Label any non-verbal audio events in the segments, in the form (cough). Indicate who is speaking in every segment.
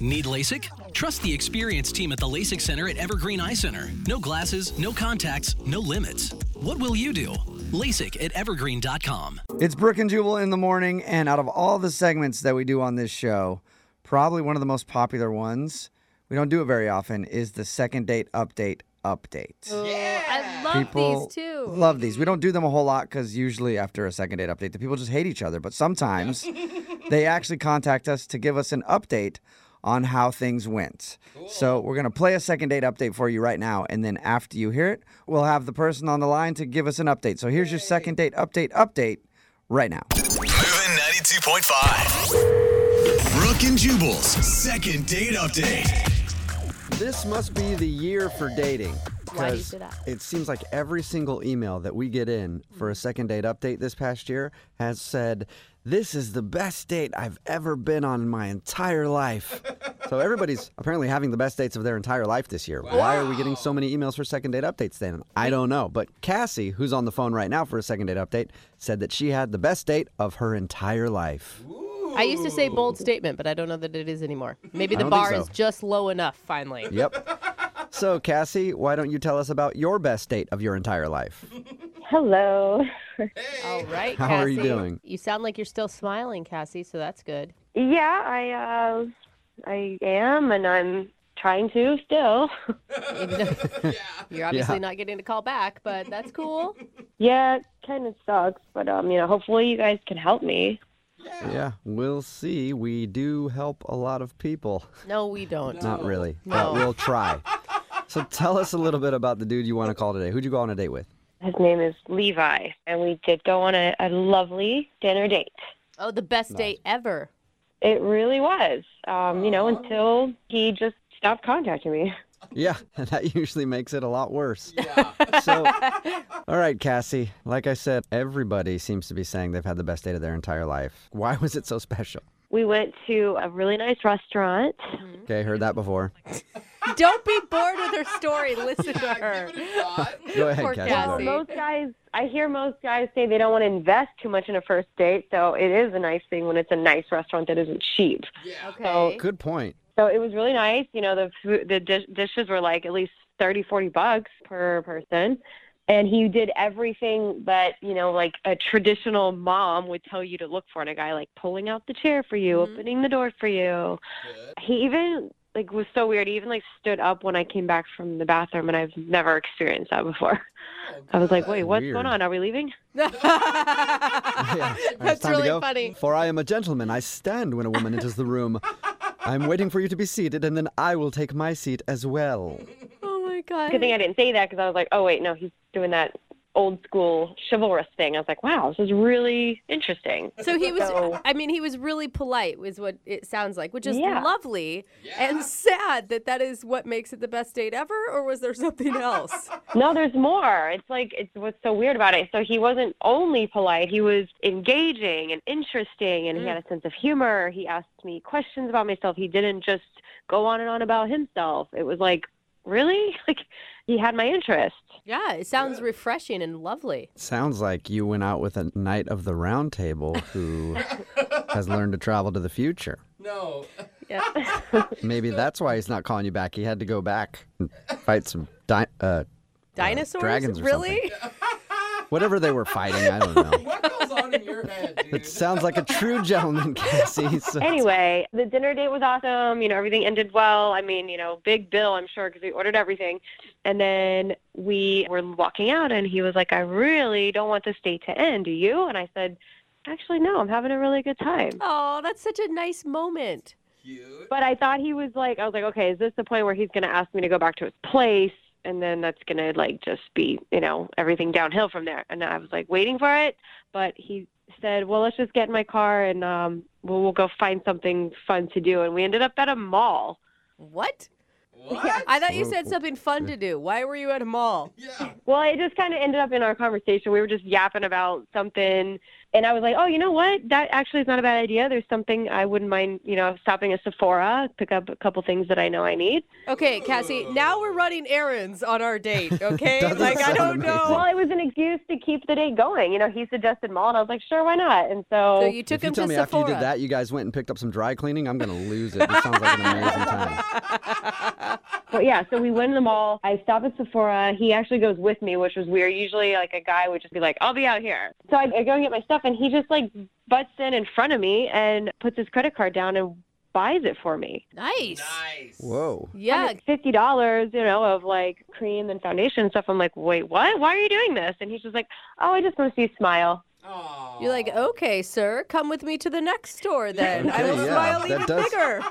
Speaker 1: Need LASIK? Trust the experienced team at the LASIK Center at Evergreen Eye Center. No glasses, no contacts, no limits. What will you do? LASIK at evergreen.com.
Speaker 2: It's Brook and Jubal in the morning, and out of all the segments that we do on this show, probably one of the most popular ones, we don't do it very often, is the second date update update.
Speaker 3: I love
Speaker 2: People
Speaker 3: these too.
Speaker 2: Love these. We don't do them a whole lot because usually after a second date update, the people just hate each other. But sometimes they actually contact us to give us an update on how things went. So we're gonna play a second date update for you right now, and then after you hear it, we'll have the person on the line to give us an update. So here's your second date update update right now.
Speaker 4: Moving 92.5. Brooke and Jubal's second date update.
Speaker 5: This must be the year for dating.
Speaker 3: Why do you
Speaker 5: 'cause
Speaker 3: say that? Mm.
Speaker 5: It seems like every single email that we get in for a second date update this past year has said, This is the best date I've ever been on in my entire life.
Speaker 3: (laughs)
Speaker 5: so everybody's apparently having the best dates of their entire life this year. Why are we getting so many emails for second date updates then? I don't know. But Cassie, who's on the phone right now for a second date update, said that she had the best date of her entire life.
Speaker 6: I used to say bold statement, but I don't know that it is anymore. Maybe the
Speaker 5: don't think
Speaker 6: bar
Speaker 5: so.
Speaker 6: is just low enough finally.
Speaker 3: (laughs)
Speaker 5: Yep. So, Cassie, why don't you tell us about your best date of your entire life?
Speaker 7: Hello.
Speaker 6: All right,
Speaker 5: (laughs) How are you
Speaker 6: Cassie.
Speaker 5: doing?
Speaker 6: You sound like you're still smiling, Cassie, so that's good.
Speaker 7: Yeah, I uh, I am, and I'm trying to still. (laughs)
Speaker 6: Even though You're obviously
Speaker 5: Yeah.
Speaker 6: not getting a call back, but that's
Speaker 3: (laughs)
Speaker 6: cool.
Speaker 7: yeah, it kind of sucks, but um, you know, hopefully you guys can help me.
Speaker 5: Yeah, we'll see. We do help a lot of people.
Speaker 6: No, we don't.
Speaker 5: Not really,
Speaker 6: No.
Speaker 5: but we'll try. So tell us a little bit about the dude you want to call today. Who'd you go on a date with?
Speaker 7: His name is Levi, and we did go on a, a lovely dinner date.
Speaker 6: Oh, the best day ever.
Speaker 7: It really was, um, you know, until he just stopped contacting me.
Speaker 5: Yeah, (laughs) that usually makes it a lot worse. Yeah. (laughs) So, all right, Cassie. Like I said, everybody seems to be saying they've had the best date of their entire life. Why was it so special?
Speaker 7: We went to a really nice restaurant.
Speaker 5: Okay, heard that
Speaker 6: (laughs)
Speaker 5: before.
Speaker 6: Don't be bored with her
Speaker 3: (laughs)
Speaker 6: story. Listen to her.
Speaker 5: Go ahead,
Speaker 6: Poor
Speaker 5: Cassie.
Speaker 7: Well,
Speaker 6: Cassie.
Speaker 7: most guys, I hear most guys say they don't want to invest too much in a first date, so it is a nice thing when it's a nice restaurant that isn't cheap.
Speaker 6: Okay.
Speaker 5: Oh,
Speaker 6: (laughs)
Speaker 5: Good point.
Speaker 7: So it was really nice. You know, the food, the dish, dishes were like at least thirty, forty bucks per person. And he did everything that, you know, like a traditional mom would tell you to look for in a guy, like pulling out the chair for you,
Speaker 6: Mhm.
Speaker 7: opening the door for you. He even like was so weird. He even like stood up when I came back from the bathroom and I've never experienced that before. I was like, Wait, what's
Speaker 5: Weird.
Speaker 7: going on? Are we leaving?
Speaker 6: (laughs)
Speaker 5: Yeah, it's
Speaker 6: That's
Speaker 5: time to
Speaker 6: really
Speaker 5: go.
Speaker 6: funny.
Speaker 5: For I am a gentleman. I stand when a woman enters the room. I'm waiting for you to be seated, and then I will take my seat as well.
Speaker 6: Oh my
Speaker 7: Good
Speaker 6: god.
Speaker 7: thing I didn't say that because I was like, Oh wait, no, he's doing that old school chivalrous thing. I was like, Wow, this is really interesting.
Speaker 6: So he was
Speaker 7: So-
Speaker 6: I mean, he was really polite is what it sounds like, which is
Speaker 7: Yeah.
Speaker 6: lovely and sad that that is what makes it the best date ever or was there something else?
Speaker 7: No, there's more. It's like it's what's so weird about it. So he wasn't only polite; he was engaging and interesting, and he
Speaker 6: Mm.
Speaker 7: had a sense of humor. He asked me questions about myself. He didn't just go on and on about himself. It was like, really, (laughs) like he had my interest.
Speaker 6: Yeah, it sounds refreshing and lovely.
Speaker 5: Sounds like you went out with a knight of the round table who has learned to travel to the future.
Speaker 8: No.
Speaker 6: Yeah.
Speaker 5: Maybe that's why he's not calling you back. He had to go back and fight some di- uh,
Speaker 6: Dinosaurs?
Speaker 5: dragons or
Speaker 6: really?
Speaker 5: whatever they were fighting. I don't know.
Speaker 8: What goes on in your head, dude?
Speaker 5: It sounds like a true gentleman, Cassie. So (laughs)
Speaker 7: Anyway, the dinner date was awesome. You know, everything ended well. I mean, you know, big bill, I'm sure, because we ordered everything. And then we were walking out, and he was like, "I really don't want this date to end. Do you?" And I said. Actually, no, I'm having a really good time.
Speaker 6: Oh, that's such a nice moment.
Speaker 8: Cute.
Speaker 7: But I thought he was like, I was like, okay, is this the point where he's going to ask me to go back to his place? And then that's going to like just be, you know, everything downhill from there. And I was like waiting for it. But he said, well, let's just get in my car and um, we'll, we'll go find something fun to do. And we ended up at a mall.
Speaker 6: What?
Speaker 8: What?
Speaker 6: I thought you said something fun to do. Why were you at a mall?
Speaker 8: Yeah.
Speaker 7: Well, it just kind of ended up in our conversation. We were just yapping about something. And I was like, oh, you know what? That actually is not a bad idea. There's something I wouldn't mind, you know, stopping at Sephora, pick up a couple things that I know I need.
Speaker 6: Okay, Cassie, now we're running errands on our date, okay?
Speaker 5: Doesn't
Speaker 6: like, I
Speaker 5: sound
Speaker 6: don't
Speaker 5: amazing.
Speaker 6: know.
Speaker 7: Oh, Well, it was an excuse to keep the date going. You know, he suggested mall, and I was like, sure, why not? And so,
Speaker 6: So you took
Speaker 5: if you
Speaker 6: him
Speaker 5: tell
Speaker 6: to
Speaker 5: me after
Speaker 6: Sephora.
Speaker 5: you did that, you guys went and picked up some dry cleaning, I'm gonna lose it. This sounds like an amazing time.
Speaker 7: but yeah, so we went to the mall. I stopped at Sephora. He actually goes with me, which was weird. Usually, like a guy would just be like, I'll be out here. So I, I go and get my stuff, and he just like butts in in front of me and puts his credit card down and buys it for me.
Speaker 6: Nice.
Speaker 8: Nice.
Speaker 5: Whoa.
Speaker 6: Yeah.
Speaker 7: And it's fifty dollars, you know, of like cream and foundation and stuff. I'm like, wait, what? Why are you doing this? And he's just like, oh, I just want to see you smile.
Speaker 8: Aw.
Speaker 6: You're like, "Oh." okay, sir, come with me to the next store then. I will
Speaker 5: Okay, yeah,
Speaker 6: smile
Speaker 5: that
Speaker 6: even
Speaker 5: does-
Speaker 8: (laughs)
Speaker 6: bigger.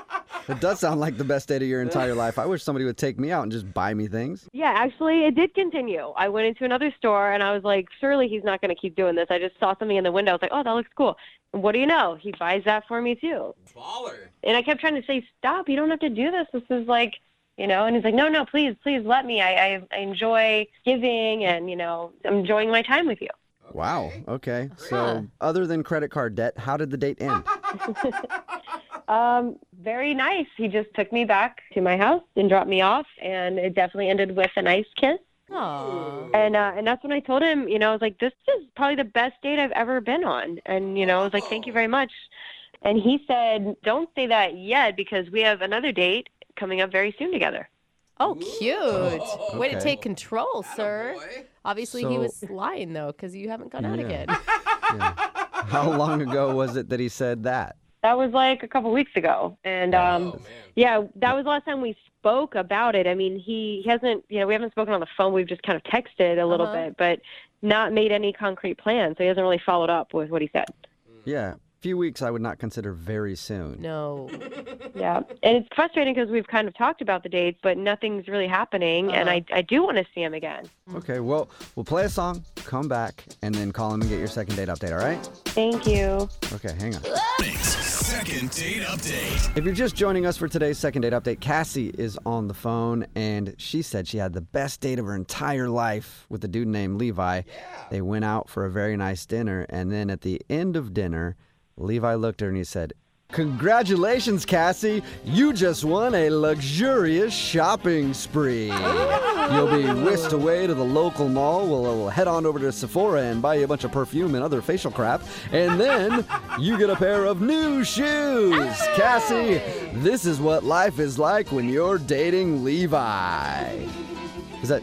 Speaker 5: It does sound like the best date of your entire life. I wish somebody would take me out and just buy me things.
Speaker 7: Yeah, actually, it did continue. I went into another store and I was like, surely he's not going to keep doing this. I just saw something in the window. I was like, oh, that looks cool. And what do you know? He buys that for me too.
Speaker 8: Baller.
Speaker 7: And I kept trying to say, stop. You don't have to do this. This is like, you know. And he's like, no, no, please, please let me. I, I, I enjoy giving and you know, I'm enjoying my time with you.
Speaker 5: Wow. Okay.
Speaker 6: Huh.
Speaker 5: So, other than credit card debt, how did the date end?
Speaker 7: Um, very nice. He just took me back to my house and dropped me off, and it definitely ended with a nice kiss.
Speaker 6: Aw.
Speaker 7: And uh, and that's when I told him, you know, I was like, this is probably the best date I've ever been on, and you know, I was like, thank you very much. And he said, don't say that yet because we have another date coming up very soon together.
Speaker 6: Oh, cute. Way to
Speaker 5: Oh, Okay.
Speaker 6: take control, sir.
Speaker 8: Boy.
Speaker 6: Obviously, he
Speaker 5: So-
Speaker 6: was lying, though, because you haven't gone out
Speaker 5: Yeah. (laughs)
Speaker 6: again.
Speaker 5: How long ago was it that he said that?
Speaker 7: That was like a couple weeks ago, and um,
Speaker 8: Oh man.
Speaker 7: yeah, that was the last time we spoke about it. I mean, he he hasn't, you know, we haven't spoken on the phone. We've just kind of texted a little
Speaker 6: Uh-huh.
Speaker 7: bit, but not made any concrete plans. So he hasn't really followed up with what he said.
Speaker 5: Yeah. Few weeks I would not consider very soon.
Speaker 6: No.
Speaker 7: Yeah, and it's frustrating because we've kind of talked about the dates, but nothing's really happening, and I I do want to see him again.
Speaker 5: Okay, well, we'll play a song, come back, and then call him and get your second date update, all right?
Speaker 7: Thank you.
Speaker 5: Okay, hang on.
Speaker 4: Mornings. Second date update.
Speaker 5: If you're just joining us for today's second date update, Cassie is on the phone and she said she had the best date of her entire life with a dude named Levi. They went out for a very nice dinner, and then at the end of dinner, Levi looked at her and he said, Congratulations, Cassie! You just won a luxurious shopping spree. You'll be whisked away to the local mall. We'll, we'll head on over to Sephora and buy you a bunch of perfume and other facial crap. And then you get a pair of new shoes. Cassie, this is what life is like when you're dating Levi. Is that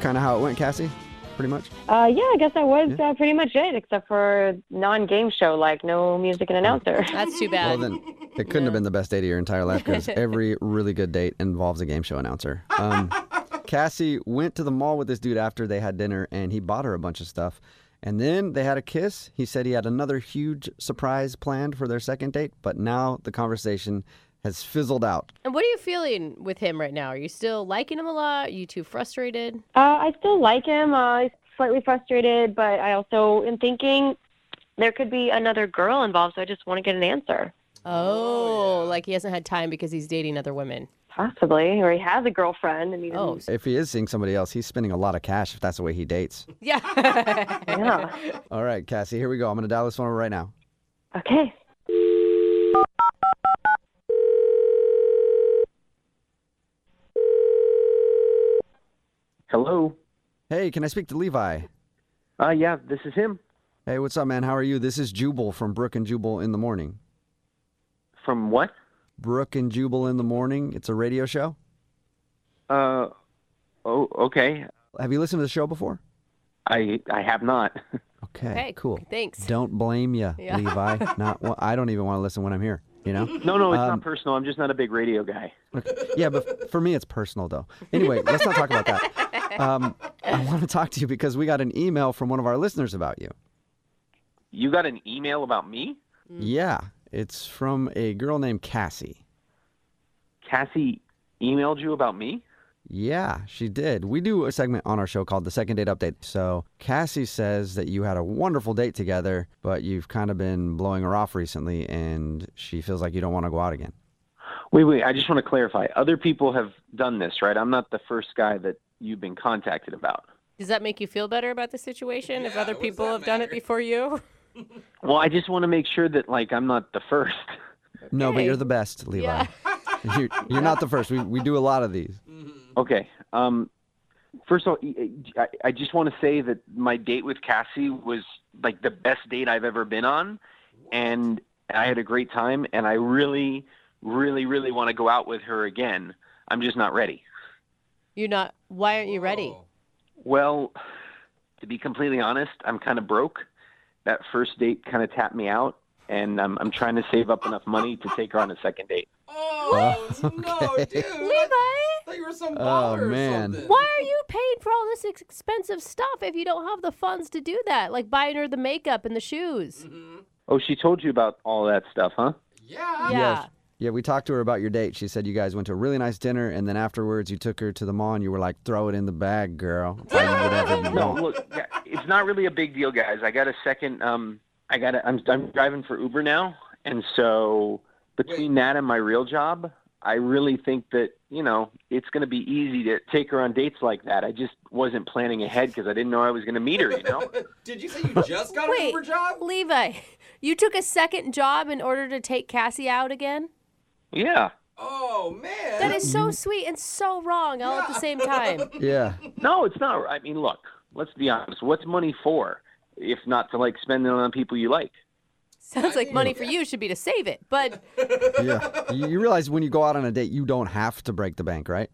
Speaker 5: kind of how it went, Cassie? Pretty much?
Speaker 7: Uh, yeah, I guess that was uh, pretty much it, except for non-game show, like no music and announcer.
Speaker 6: That's too
Speaker 5: Well,
Speaker 6: bad.
Speaker 5: then it couldn't have been the best date of your entire life because every really good date involves a game show announcer. Um, Cassie went to the mall with this dude after they had dinner and he bought her a bunch of stuff. And then they had a kiss. He said he had another huge surprise planned for their second date, but now the conversation has fizzled out.
Speaker 6: and what are you feeling with him right now? Are you still liking him a lot? Are you too frustrated?
Speaker 7: Uh, I still like him. Uh, he's slightly frustrated, but I also am thinking there could be another girl involved, so I just want to get an answer.
Speaker 6: Oh, like he hasn't had time because he's dating other women.
Speaker 7: Possibly, or he has a girlfriend. And he
Speaker 6: Oh,
Speaker 7: didn't-
Speaker 6: s-
Speaker 5: If he is seeing somebody else, he's spending a lot of cash if that's the way he dates. (laughs)
Speaker 6: yeah.
Speaker 7: yeah.
Speaker 5: All right, Cassie, here we go. I'm going to dial this one right now.
Speaker 7: Okay.
Speaker 3: Hello.
Speaker 5: Hey, can I speak to Levi?
Speaker 3: Uh, yeah, this is him
Speaker 5: Hey, what's up, man? How are you? This is Jubal from Brook and Jubal in the Morning.
Speaker 3: from what?
Speaker 5: Brooke and Jubal in the morning. It's a radio show.
Speaker 3: Uh, oh, okay.
Speaker 5: Have you listened to the show before?
Speaker 3: I I have not. (laughs)
Speaker 5: Okay,
Speaker 6: Okay,
Speaker 5: cool.
Speaker 6: thanks.
Speaker 5: Don't blame you,
Speaker 6: Yeah.
Speaker 5: Levi.
Speaker 6: (laughs)
Speaker 5: Not wa- I don't even want to listen when I'm here. You know?
Speaker 3: No, no, it's
Speaker 5: Um,
Speaker 3: not personal. I'm just not a big radio guy.
Speaker 5: Okay. Yeah, but for me, it's personal though. Anyway, let's not talk about that.
Speaker 6: (laughs)
Speaker 5: Um, I want to talk to you because we got an email from one of our listeners about you.
Speaker 3: You got an email about me,
Speaker 6: Mm.
Speaker 5: Yeah, it's from a girl named Cassie.
Speaker 3: Cassie? Emailed you about me?
Speaker 5: Yeah, she did. We do a segment on our show called The Second Date Update. So Cassie says that you had a wonderful date together, but you've kind of been blowing her off recently, and she feels like you don't want to go out again.
Speaker 3: Wait, wait. I just want to clarify. Other people have done this, right? I'm not the first guy that you've been contacted about.
Speaker 6: Does that make you feel better about the situation if
Speaker 8: Yeah,
Speaker 6: other
Speaker 8: what does
Speaker 6: people
Speaker 8: that
Speaker 6: have done it
Speaker 8: matter?
Speaker 6: before you?
Speaker 3: Well, I just want to make sure that like I'm not the first. (laughs)
Speaker 5: No, but
Speaker 6: Okay.
Speaker 5: you're the best, Levi.
Speaker 6: Yeah.
Speaker 5: (laughs) You're, you're not the first. We, we do a lot of
Speaker 6: (laughs)
Speaker 5: these.
Speaker 3: Okay. Um, first of all, y- I, I just want to say that my date with Cassie was like the best date I've ever been on, and I had a great time. And I really, really, really want to go out with her again. I'm just not ready.
Speaker 9: You're not. Why aren't you ready?
Speaker 8: Whoa.
Speaker 3: Well, to be completely honest, I'm kind of broke. That first date kind of tapped me out, and I'm, I'm trying to save up enough money to take her on a second date.
Speaker 5: (laughs)
Speaker 8: Oh, no, dude.
Speaker 6: Levi,
Speaker 8: I thought you were some baller
Speaker 5: man.
Speaker 8: or something.
Speaker 6: why are you paying for all this ex- expensive stuff if you don't have the funds to do that? Like buying her the makeup and the shoes.
Speaker 8: Mm-hmm.
Speaker 3: Oh, she told you about all that stuff, huh?
Speaker 8: Yeah. (laughs)
Speaker 6: Yeah.
Speaker 5: Yeah, we talked to her about your date. She said you guys went to a really nice dinner, and then afterwards you took her to the mall and you were like, throw it in the bag,
Speaker 6: (laughs)
Speaker 5: girl. Buy me whatever you
Speaker 3: No,
Speaker 5: want.
Speaker 3: look, yeah, it's not really a big deal, guys. I got a second. Um, I got. A, I'm I'm driving for Uber now, and so between that and my real job, I really think that you know it's going to be easy to take her on dates like that. I just wasn't planning ahead because I didn't know I was going to meet her. You
Speaker 8: (laughs)
Speaker 3: know.
Speaker 8: Did you say you just got an
Speaker 6: Wait,
Speaker 8: Uber job?
Speaker 6: Levi, (laughs) you took a second job in order to take Cassie out again?
Speaker 3: yeah.
Speaker 8: Oh, man.
Speaker 6: That is
Speaker 9: Mm-hmm.
Speaker 6: so sweet and so wrong all at the same
Speaker 8: (laughs)
Speaker 6: time.
Speaker 5: Yeah.
Speaker 3: No, it's not. I mean, look. Let's be honest. What's money for, if not to like spend it on people you like?
Speaker 6: Sounds like money for you should be to save it,
Speaker 8: (laughs)
Speaker 6: but (laughs)
Speaker 5: Yeah. You you realize when you go out on a date, you don't have to break the bank, right?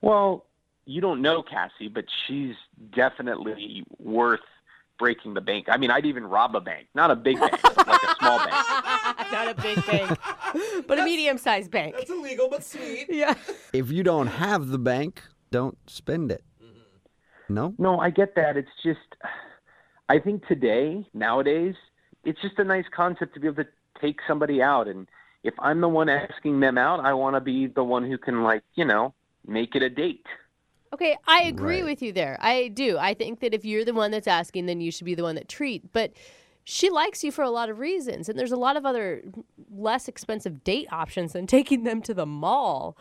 Speaker 3: Well, you don't know Cassie, but she's definitely worth breaking the bank. I mean, I'd even rob a bank, not a big bank, but like a small bank.
Speaker 6: (laughs)
Speaker 9: not a big bank, but a medium-sized bank.
Speaker 8: That's illegal, but sweet.
Speaker 9: Yeah.
Speaker 5: If you don't have the bank, don't spend it. No?
Speaker 3: No, I get that. It's just, I think today, nowadays, it's just a nice concept to be able to take somebody out. And if I'm the one asking them out, I want to be the one who can, like, you know, make it a date.
Speaker 9: Okay, I agree
Speaker 5: Right.
Speaker 9: with you there. I do. I think that if you're the one that's asking, then you should be the one that treat. But she likes you for a lot of reasons, and there's a lot of other less expensive date options than (laughs) taking them to the mall.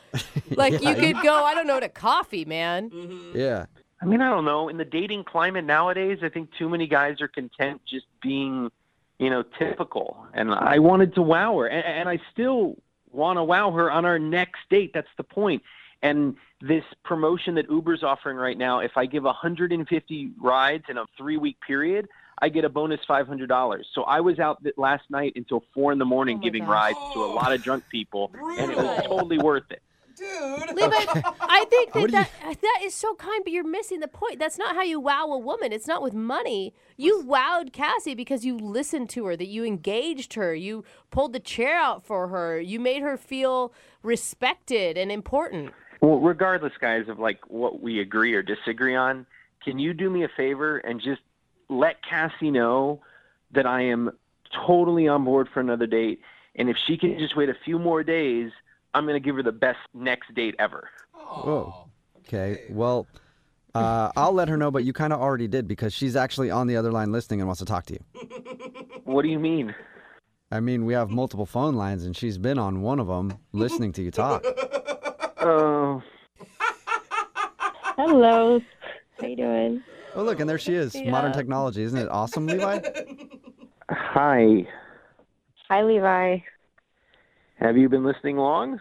Speaker 9: Like you could go, I don't know, to coffee, man.
Speaker 5: Yeah.
Speaker 3: I mean, I don't know. In the dating climate nowadays, I think too many guys are content just being, you know, typical. And I wanted to wow her, and, and I still want to wow her on our next date. That's the point. And this promotion that Uber's offering right now, if I give 150 rides in a three-week period, I get a bonus $500. So I was out th- last night until four in the morning
Speaker 9: Oh my
Speaker 3: giving
Speaker 9: gosh.
Speaker 3: rides to a lot of drunk people, and it was
Speaker 8: Brutal.
Speaker 3: totally worth it.
Speaker 8: Dude.
Speaker 6: Levi, I think
Speaker 5: What
Speaker 6: that,
Speaker 5: do
Speaker 6: that that is so kind, but you're missing the point. That's not how you wow a woman. It's not with money. You wowed Cassie because you listened to her, that you engaged her, you pulled the chair out for her, you made her feel respected and important.
Speaker 3: Well, regardless, guys, of like what we agree or disagree on, can you do me a favor and just let Cassie know that I am totally on board for another date? And if she can just wait a few more days, I'm going to give her the best next date ever.
Speaker 5: Whoa. Okay. Well, uh, I'll let her know, but you kind of already did because she's actually on the other line listening and wants to talk to you.
Speaker 3: What do you mean?
Speaker 5: I mean, we have multiple phone lines, and she's been on one of them listening to you talk.
Speaker 3: Oh,
Speaker 7: Hello. How you doing?
Speaker 5: Oh, look, and there she is. Modern technology. Isn't it awesome, Levi?
Speaker 3: hi.
Speaker 7: Hi, Levi.
Speaker 3: Have you been listening long?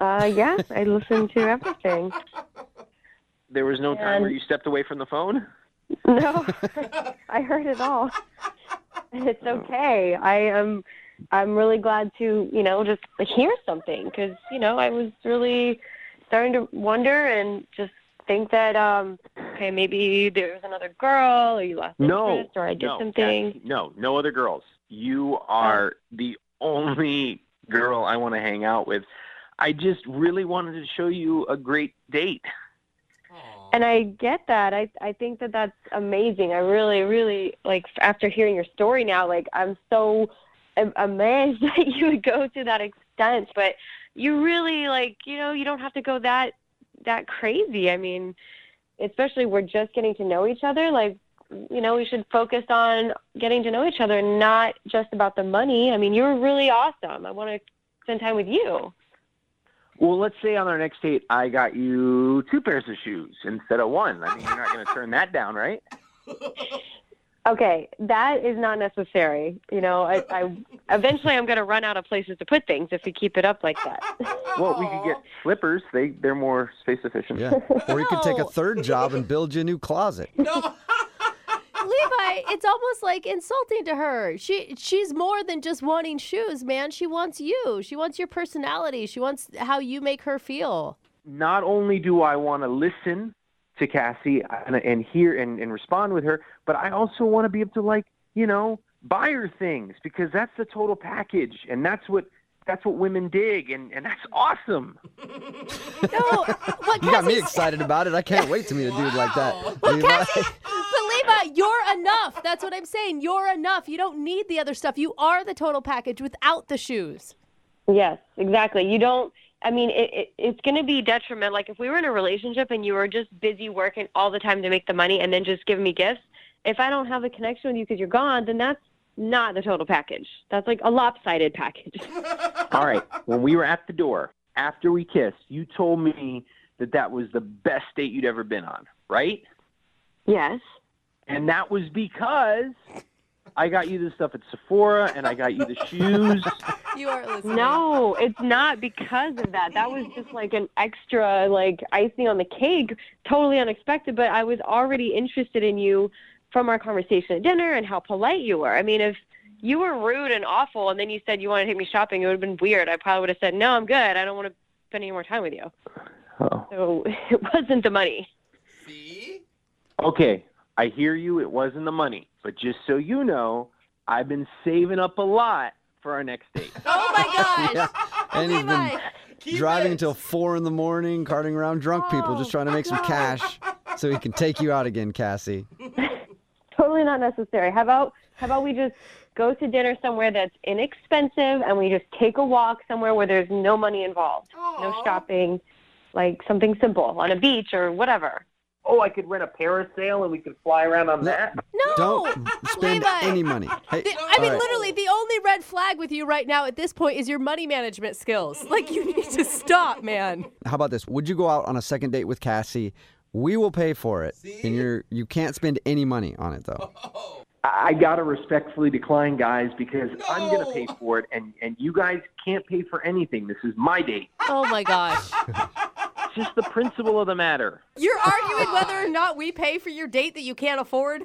Speaker 7: Uh, yeah, I listen to everything.
Speaker 3: There was no time
Speaker 7: And-
Speaker 3: where you stepped away from the phone? (laughs)
Speaker 7: No, I heard it all. It's
Speaker 3: Oh.
Speaker 7: okay. I am. I'm really glad to, you know, just hear something because, you know, I was really starting to wonder and just think that, um, okay, maybe there was another girl or you lost
Speaker 3: No.
Speaker 7: interest or I did
Speaker 3: no,
Speaker 7: something.
Speaker 3: Cassie, no, no other girls. You are the only girl I want to hang out with. I just really wanted to show you a great date.
Speaker 8: Oh.
Speaker 7: And I get that. I I think that that's amazing. I really, really like after hearing your story now. Like I'm so am- amazed (laughs) that you would go to that extent. But you really like you know you don't have to go that that crazy. I mean, especially we're just getting to know each other. Like you know we should focus on getting to know each other, and not just about the money. I mean, you're really awesome. I want to spend time with you.
Speaker 3: Well, let's say on our next date, I got you two pairs of shoes instead of one. I mean, you're not going to turn that down, right?
Speaker 7: Okay, that is not necessary. You know, I, I eventually I'm going to run out of places to put things if we keep it up like that.
Speaker 3: Well, we could get slippers. They they're more space efficient.
Speaker 5: Yeah. Or you could take a
Speaker 6: No.
Speaker 5: third job and build you a new closet.
Speaker 6: Levi, it's almost like insulting to her. She she's more than just wanting shoes, man. She wants you. She wants your personality. She wants how you make her feel.
Speaker 3: Not only do I want to listen to Cassie and, and hear and, and respond with her, but I also want to be able to like you know buy her things because that's the total package, and that's what that's what women dig, and and that's awesome.
Speaker 6: No, what
Speaker 5: You got me
Speaker 6: Cassie,
Speaker 5: excited about it. I can't wait to meet a dude like that. Levi.
Speaker 6: but Levi, you're enough. That's what I'm saying. You're enough. You don't need the other stuff. You are the total package without the shoes.
Speaker 7: Yes, exactly. You don't. I mean, it, it, it's going to be detrimental. Like if we were in a relationship and you were just busy working all the time to make the money and then just giving me gifts, if I don't have a connection with you because you're gone, then that's not the total package. That's like a lopsided package.
Speaker 3: (laughs) All right. When we were at the door after we kissed, you told me that that was the best date you'd ever been on, right?
Speaker 7: yes.
Speaker 3: And that was because I got you the stuff at Sephora and I got you the shoes.
Speaker 6: You are listening.
Speaker 7: No, it's not because of that. That was just like an extra, like icing on the cake, totally unexpected. But I was already interested in you from our conversation at dinner and how polite you were. I mean, if you were rude and awful and then you said you want to take me shopping, it would have been weird. I probably would have said, no, I'm good. I don't want to spend any more time with you.
Speaker 3: Oh.
Speaker 7: So (laughs) it wasn't the money.
Speaker 8: See?
Speaker 3: Okay, I hear you. It wasn't the money. But just so you know, I've been saving up a lot for our next date.
Speaker 6: Oh my gosh.
Speaker 5: (laughs) (laughs) Yeah. And he's been
Speaker 6: Levi.
Speaker 8: Keep
Speaker 5: driving
Speaker 8: it.
Speaker 5: until four in the morning, carting around drunk people, just trying to make some cash so he can take you out again, Cassie.
Speaker 7: Totally not necessary. How about how about we just go to dinner somewhere that's inexpensive and we just take a walk somewhere where there's no money involved. No shopping, like something simple on a beach or whatever.
Speaker 3: Oh, I could rent a parasail and we could fly around on that.
Speaker 6: No.
Speaker 5: Don't spend
Speaker 6: Levi.
Speaker 5: any money. Hey,
Speaker 6: The- I mean,
Speaker 5: all right.
Speaker 6: literally, the only red flag with you right now at this point is your money management skills. Like, you need to stop, man.
Speaker 5: How about this? Would you go out on a second date with Cassie? We will pay for it, and you're you can't spend any money on it
Speaker 6: (laughs)
Speaker 5: though.
Speaker 3: I I gotta respectfully decline, guys, because I'm gonna pay for it, and and you guys can't pay for anything. This is my date.
Speaker 6: Oh my gosh.
Speaker 3: It's just the principle of the matter.
Speaker 6: You're arguing whether or not we pay for your date that you can't afford?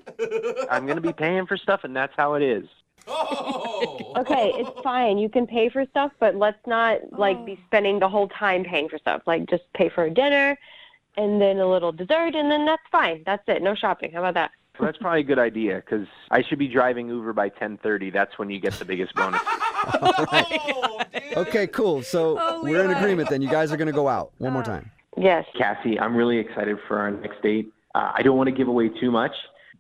Speaker 3: I'm gonna be paying for stuff, and that's how it is.
Speaker 8: Oh.
Speaker 7: Okay, (laughs) it's fine. You can pay for stuff, but let's not like be spending the whole time paying for stuff. Like just pay for a dinner and then a little dessert and then that's fine. That's it. No shopping. How about that?
Speaker 3: Well, that's probably a good idea because I should be driving Uber by 10:30. That's when you get the biggest bonus.
Speaker 8: Oh, dude.
Speaker 5: Okay, cool. So
Speaker 6: Oh,
Speaker 5: we're in
Speaker 6: Levi. Uh,
Speaker 5: agreement then. You guys are gonna go out one more time.
Speaker 7: (laughs) Yes.
Speaker 3: Cassie, I'm really excited for our next date. Uh, I don't want to give away too much,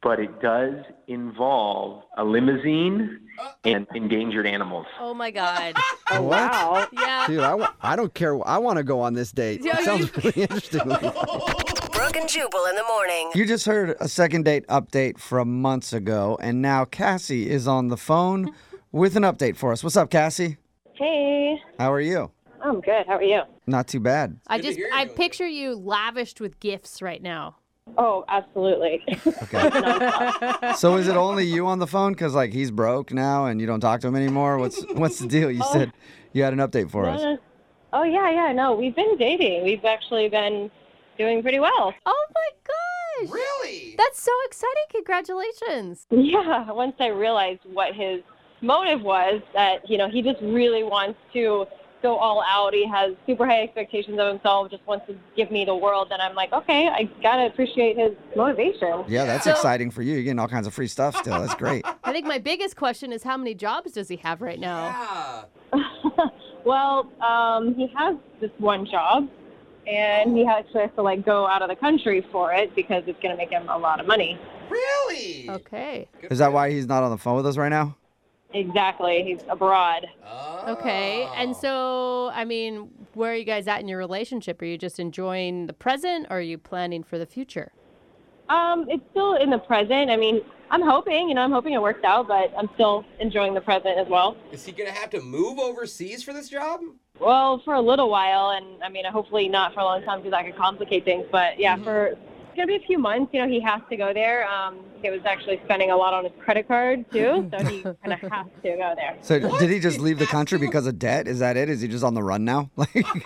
Speaker 3: but it does involve a limousine and endangered animals.
Speaker 6: Oh my (laughs) God.
Speaker 7: Oh,
Speaker 5: What?
Speaker 7: wow.
Speaker 6: Yeah.
Speaker 5: Dude, I w- I don't care. I want to go on this date.
Speaker 6: Yeah,
Speaker 5: It sounds really interesting.
Speaker 10: Brooke and Jubal in the morning.
Speaker 11: You just heard a second date update from months ago, and now Cassie is on the phone with an update for us. What's up, Cassie?
Speaker 7: Hey.
Speaker 11: How are you?
Speaker 7: I'm good. How are you?
Speaker 11: Not too bad.
Speaker 6: I just, I picture you lavished with gifts right now.
Speaker 7: Oh, absolutely.
Speaker 11: So is it only you on the phone? Because like he's broke now, and you don't talk to him anymore. What's what's the deal? You said you had an update for us.
Speaker 7: oh yeah, yeah. No, we've been dating. We've actually been doing pretty well. (laughs)
Speaker 6: Oh my gosh.
Speaker 8: Really?
Speaker 6: That's so exciting. Congratulations.
Speaker 7: Yeah. Once I realized what his motive was, that you know he just really wants to go all out. He has super high expectations of himself. Just wants to give me the world. Then I'm like, okay, I gotta appreciate his motivation.
Speaker 11: Yeah, that's
Speaker 6: So-
Speaker 11: exciting for you. You're getting all kinds of free stuff still. That's great.
Speaker 6: I think my biggest question is how many jobs does he have right now?
Speaker 8: Yeah.
Speaker 7: (laughs) well, um, he has this one job, and he actually has to like go out of the country for it because it's gonna make him a lot of money.
Speaker 8: Really?
Speaker 6: Okay.
Speaker 11: Is that why he's not on the phone with us right now?
Speaker 7: Exactly. He's abroad.
Speaker 8: Oh.
Speaker 6: Okay. And so, I mean, where are you guys at in your relationship? Are you just enjoying the present or are you planning for the future?
Speaker 7: Um, it's still in the present. I mean, I'm hoping, you know, I'm hoping it works out, but I'm still enjoying the present as well.
Speaker 8: Is he gonna have to move overseas for this job?
Speaker 7: Well, for a little while, and I mean, hopefully not for a long time because that could complicate things. But yeah, for gonna be a few months. You know, he has to go there. Um, he was actually spending a lot on his credit card too, so he kind of has to go there.
Speaker 5: So did he just leave the country because of debt? Is that it? Is he just on the run now? (laughs) Like that's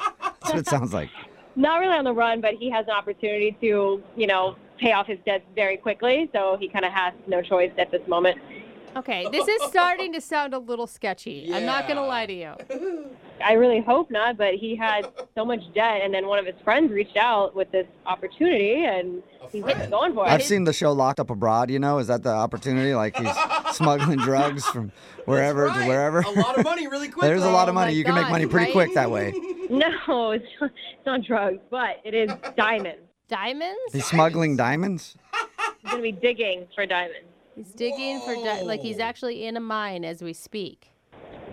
Speaker 5: what it sounds like.
Speaker 7: Not really on the run, but he has an opportunity to, you know, pay off his debts very quickly. So he kind of has no choice at this moment.
Speaker 6: Okay, this is starting to sound a little sketchy. I'm not going to
Speaker 8: Yeah.
Speaker 6: lie to you.
Speaker 7: I really hope not, but he had so much debt, and then one of his friends reached out with this opportunity, and he's just
Speaker 8: friend?
Speaker 7: going for it.
Speaker 5: I've seen the show Locked Up Abroad, you know, is that the opportunity? Like he's smuggling drugs from wherever
Speaker 8: Right.
Speaker 5: to wherever.
Speaker 8: A lot of money really
Speaker 5: (laughs)
Speaker 8: quick.
Speaker 5: There's a lot of
Speaker 6: Oh my
Speaker 5: money. You can make
Speaker 6: God,
Speaker 5: money pretty
Speaker 6: right?
Speaker 5: quick that way.
Speaker 7: (laughs) No, it's not, it's not drugs, but it is diamonds.
Speaker 6: Diamonds?
Speaker 5: He's smuggling diamonds?
Speaker 7: He's going to be digging for diamonds.
Speaker 6: He's digging for di- like he's
Speaker 8: Whoa.
Speaker 6: actually in a mine as we speak.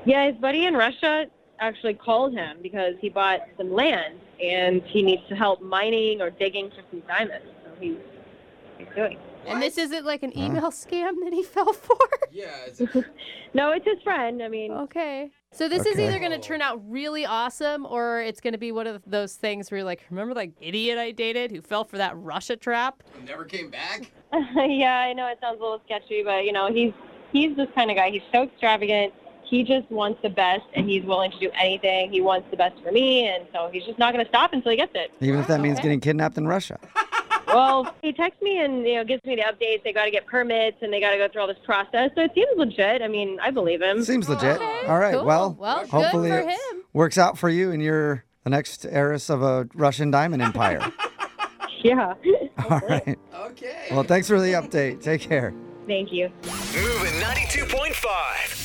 Speaker 7: Yeah, his buddy in Russia actually called him because he bought some land and he needs to help mining or digging for some diamonds. So he's, he's doing.
Speaker 6: And this isn't like an email (laughs) scam that he fell for.
Speaker 8: Yeah, it's a-
Speaker 7: No, it's his friend. I mean,
Speaker 6: okay. So this is
Speaker 5: Okay.
Speaker 6: either going to turn out really awesome or it's going to be one of those things where you're like, remember that idiot I dated who fell for that Russia trap?
Speaker 8: never came back.
Speaker 7: (laughs) yeah, I know it sounds a little sketchy, but you know, he's he's this kind of guy. He's so extravagant. He just wants the best, and he's willing to do anything. He wants the best for me, and so he's just not going to stop until he gets it.
Speaker 5: Even if that means getting kidnapped in Russia.
Speaker 7: Well, he texts me and you know gives me the updates. They got to get permits, and they got to go through all this process. So it seems legit. I mean, I believe him.
Speaker 5: Seems legit.
Speaker 6: Okay,
Speaker 5: All right.
Speaker 6: cool.
Speaker 5: Well,
Speaker 6: Well, good
Speaker 5: hopefully
Speaker 6: for
Speaker 5: it
Speaker 6: him.
Speaker 5: works out for you and you're the next heiress of a Russian diamond empire.
Speaker 7: Yeah.
Speaker 5: (laughs)
Speaker 7: (laughs)
Speaker 5: All right.
Speaker 8: Okay.
Speaker 5: Well, thanks for the update. Take care.
Speaker 7: Thank you.
Speaker 4: Moving 92.5.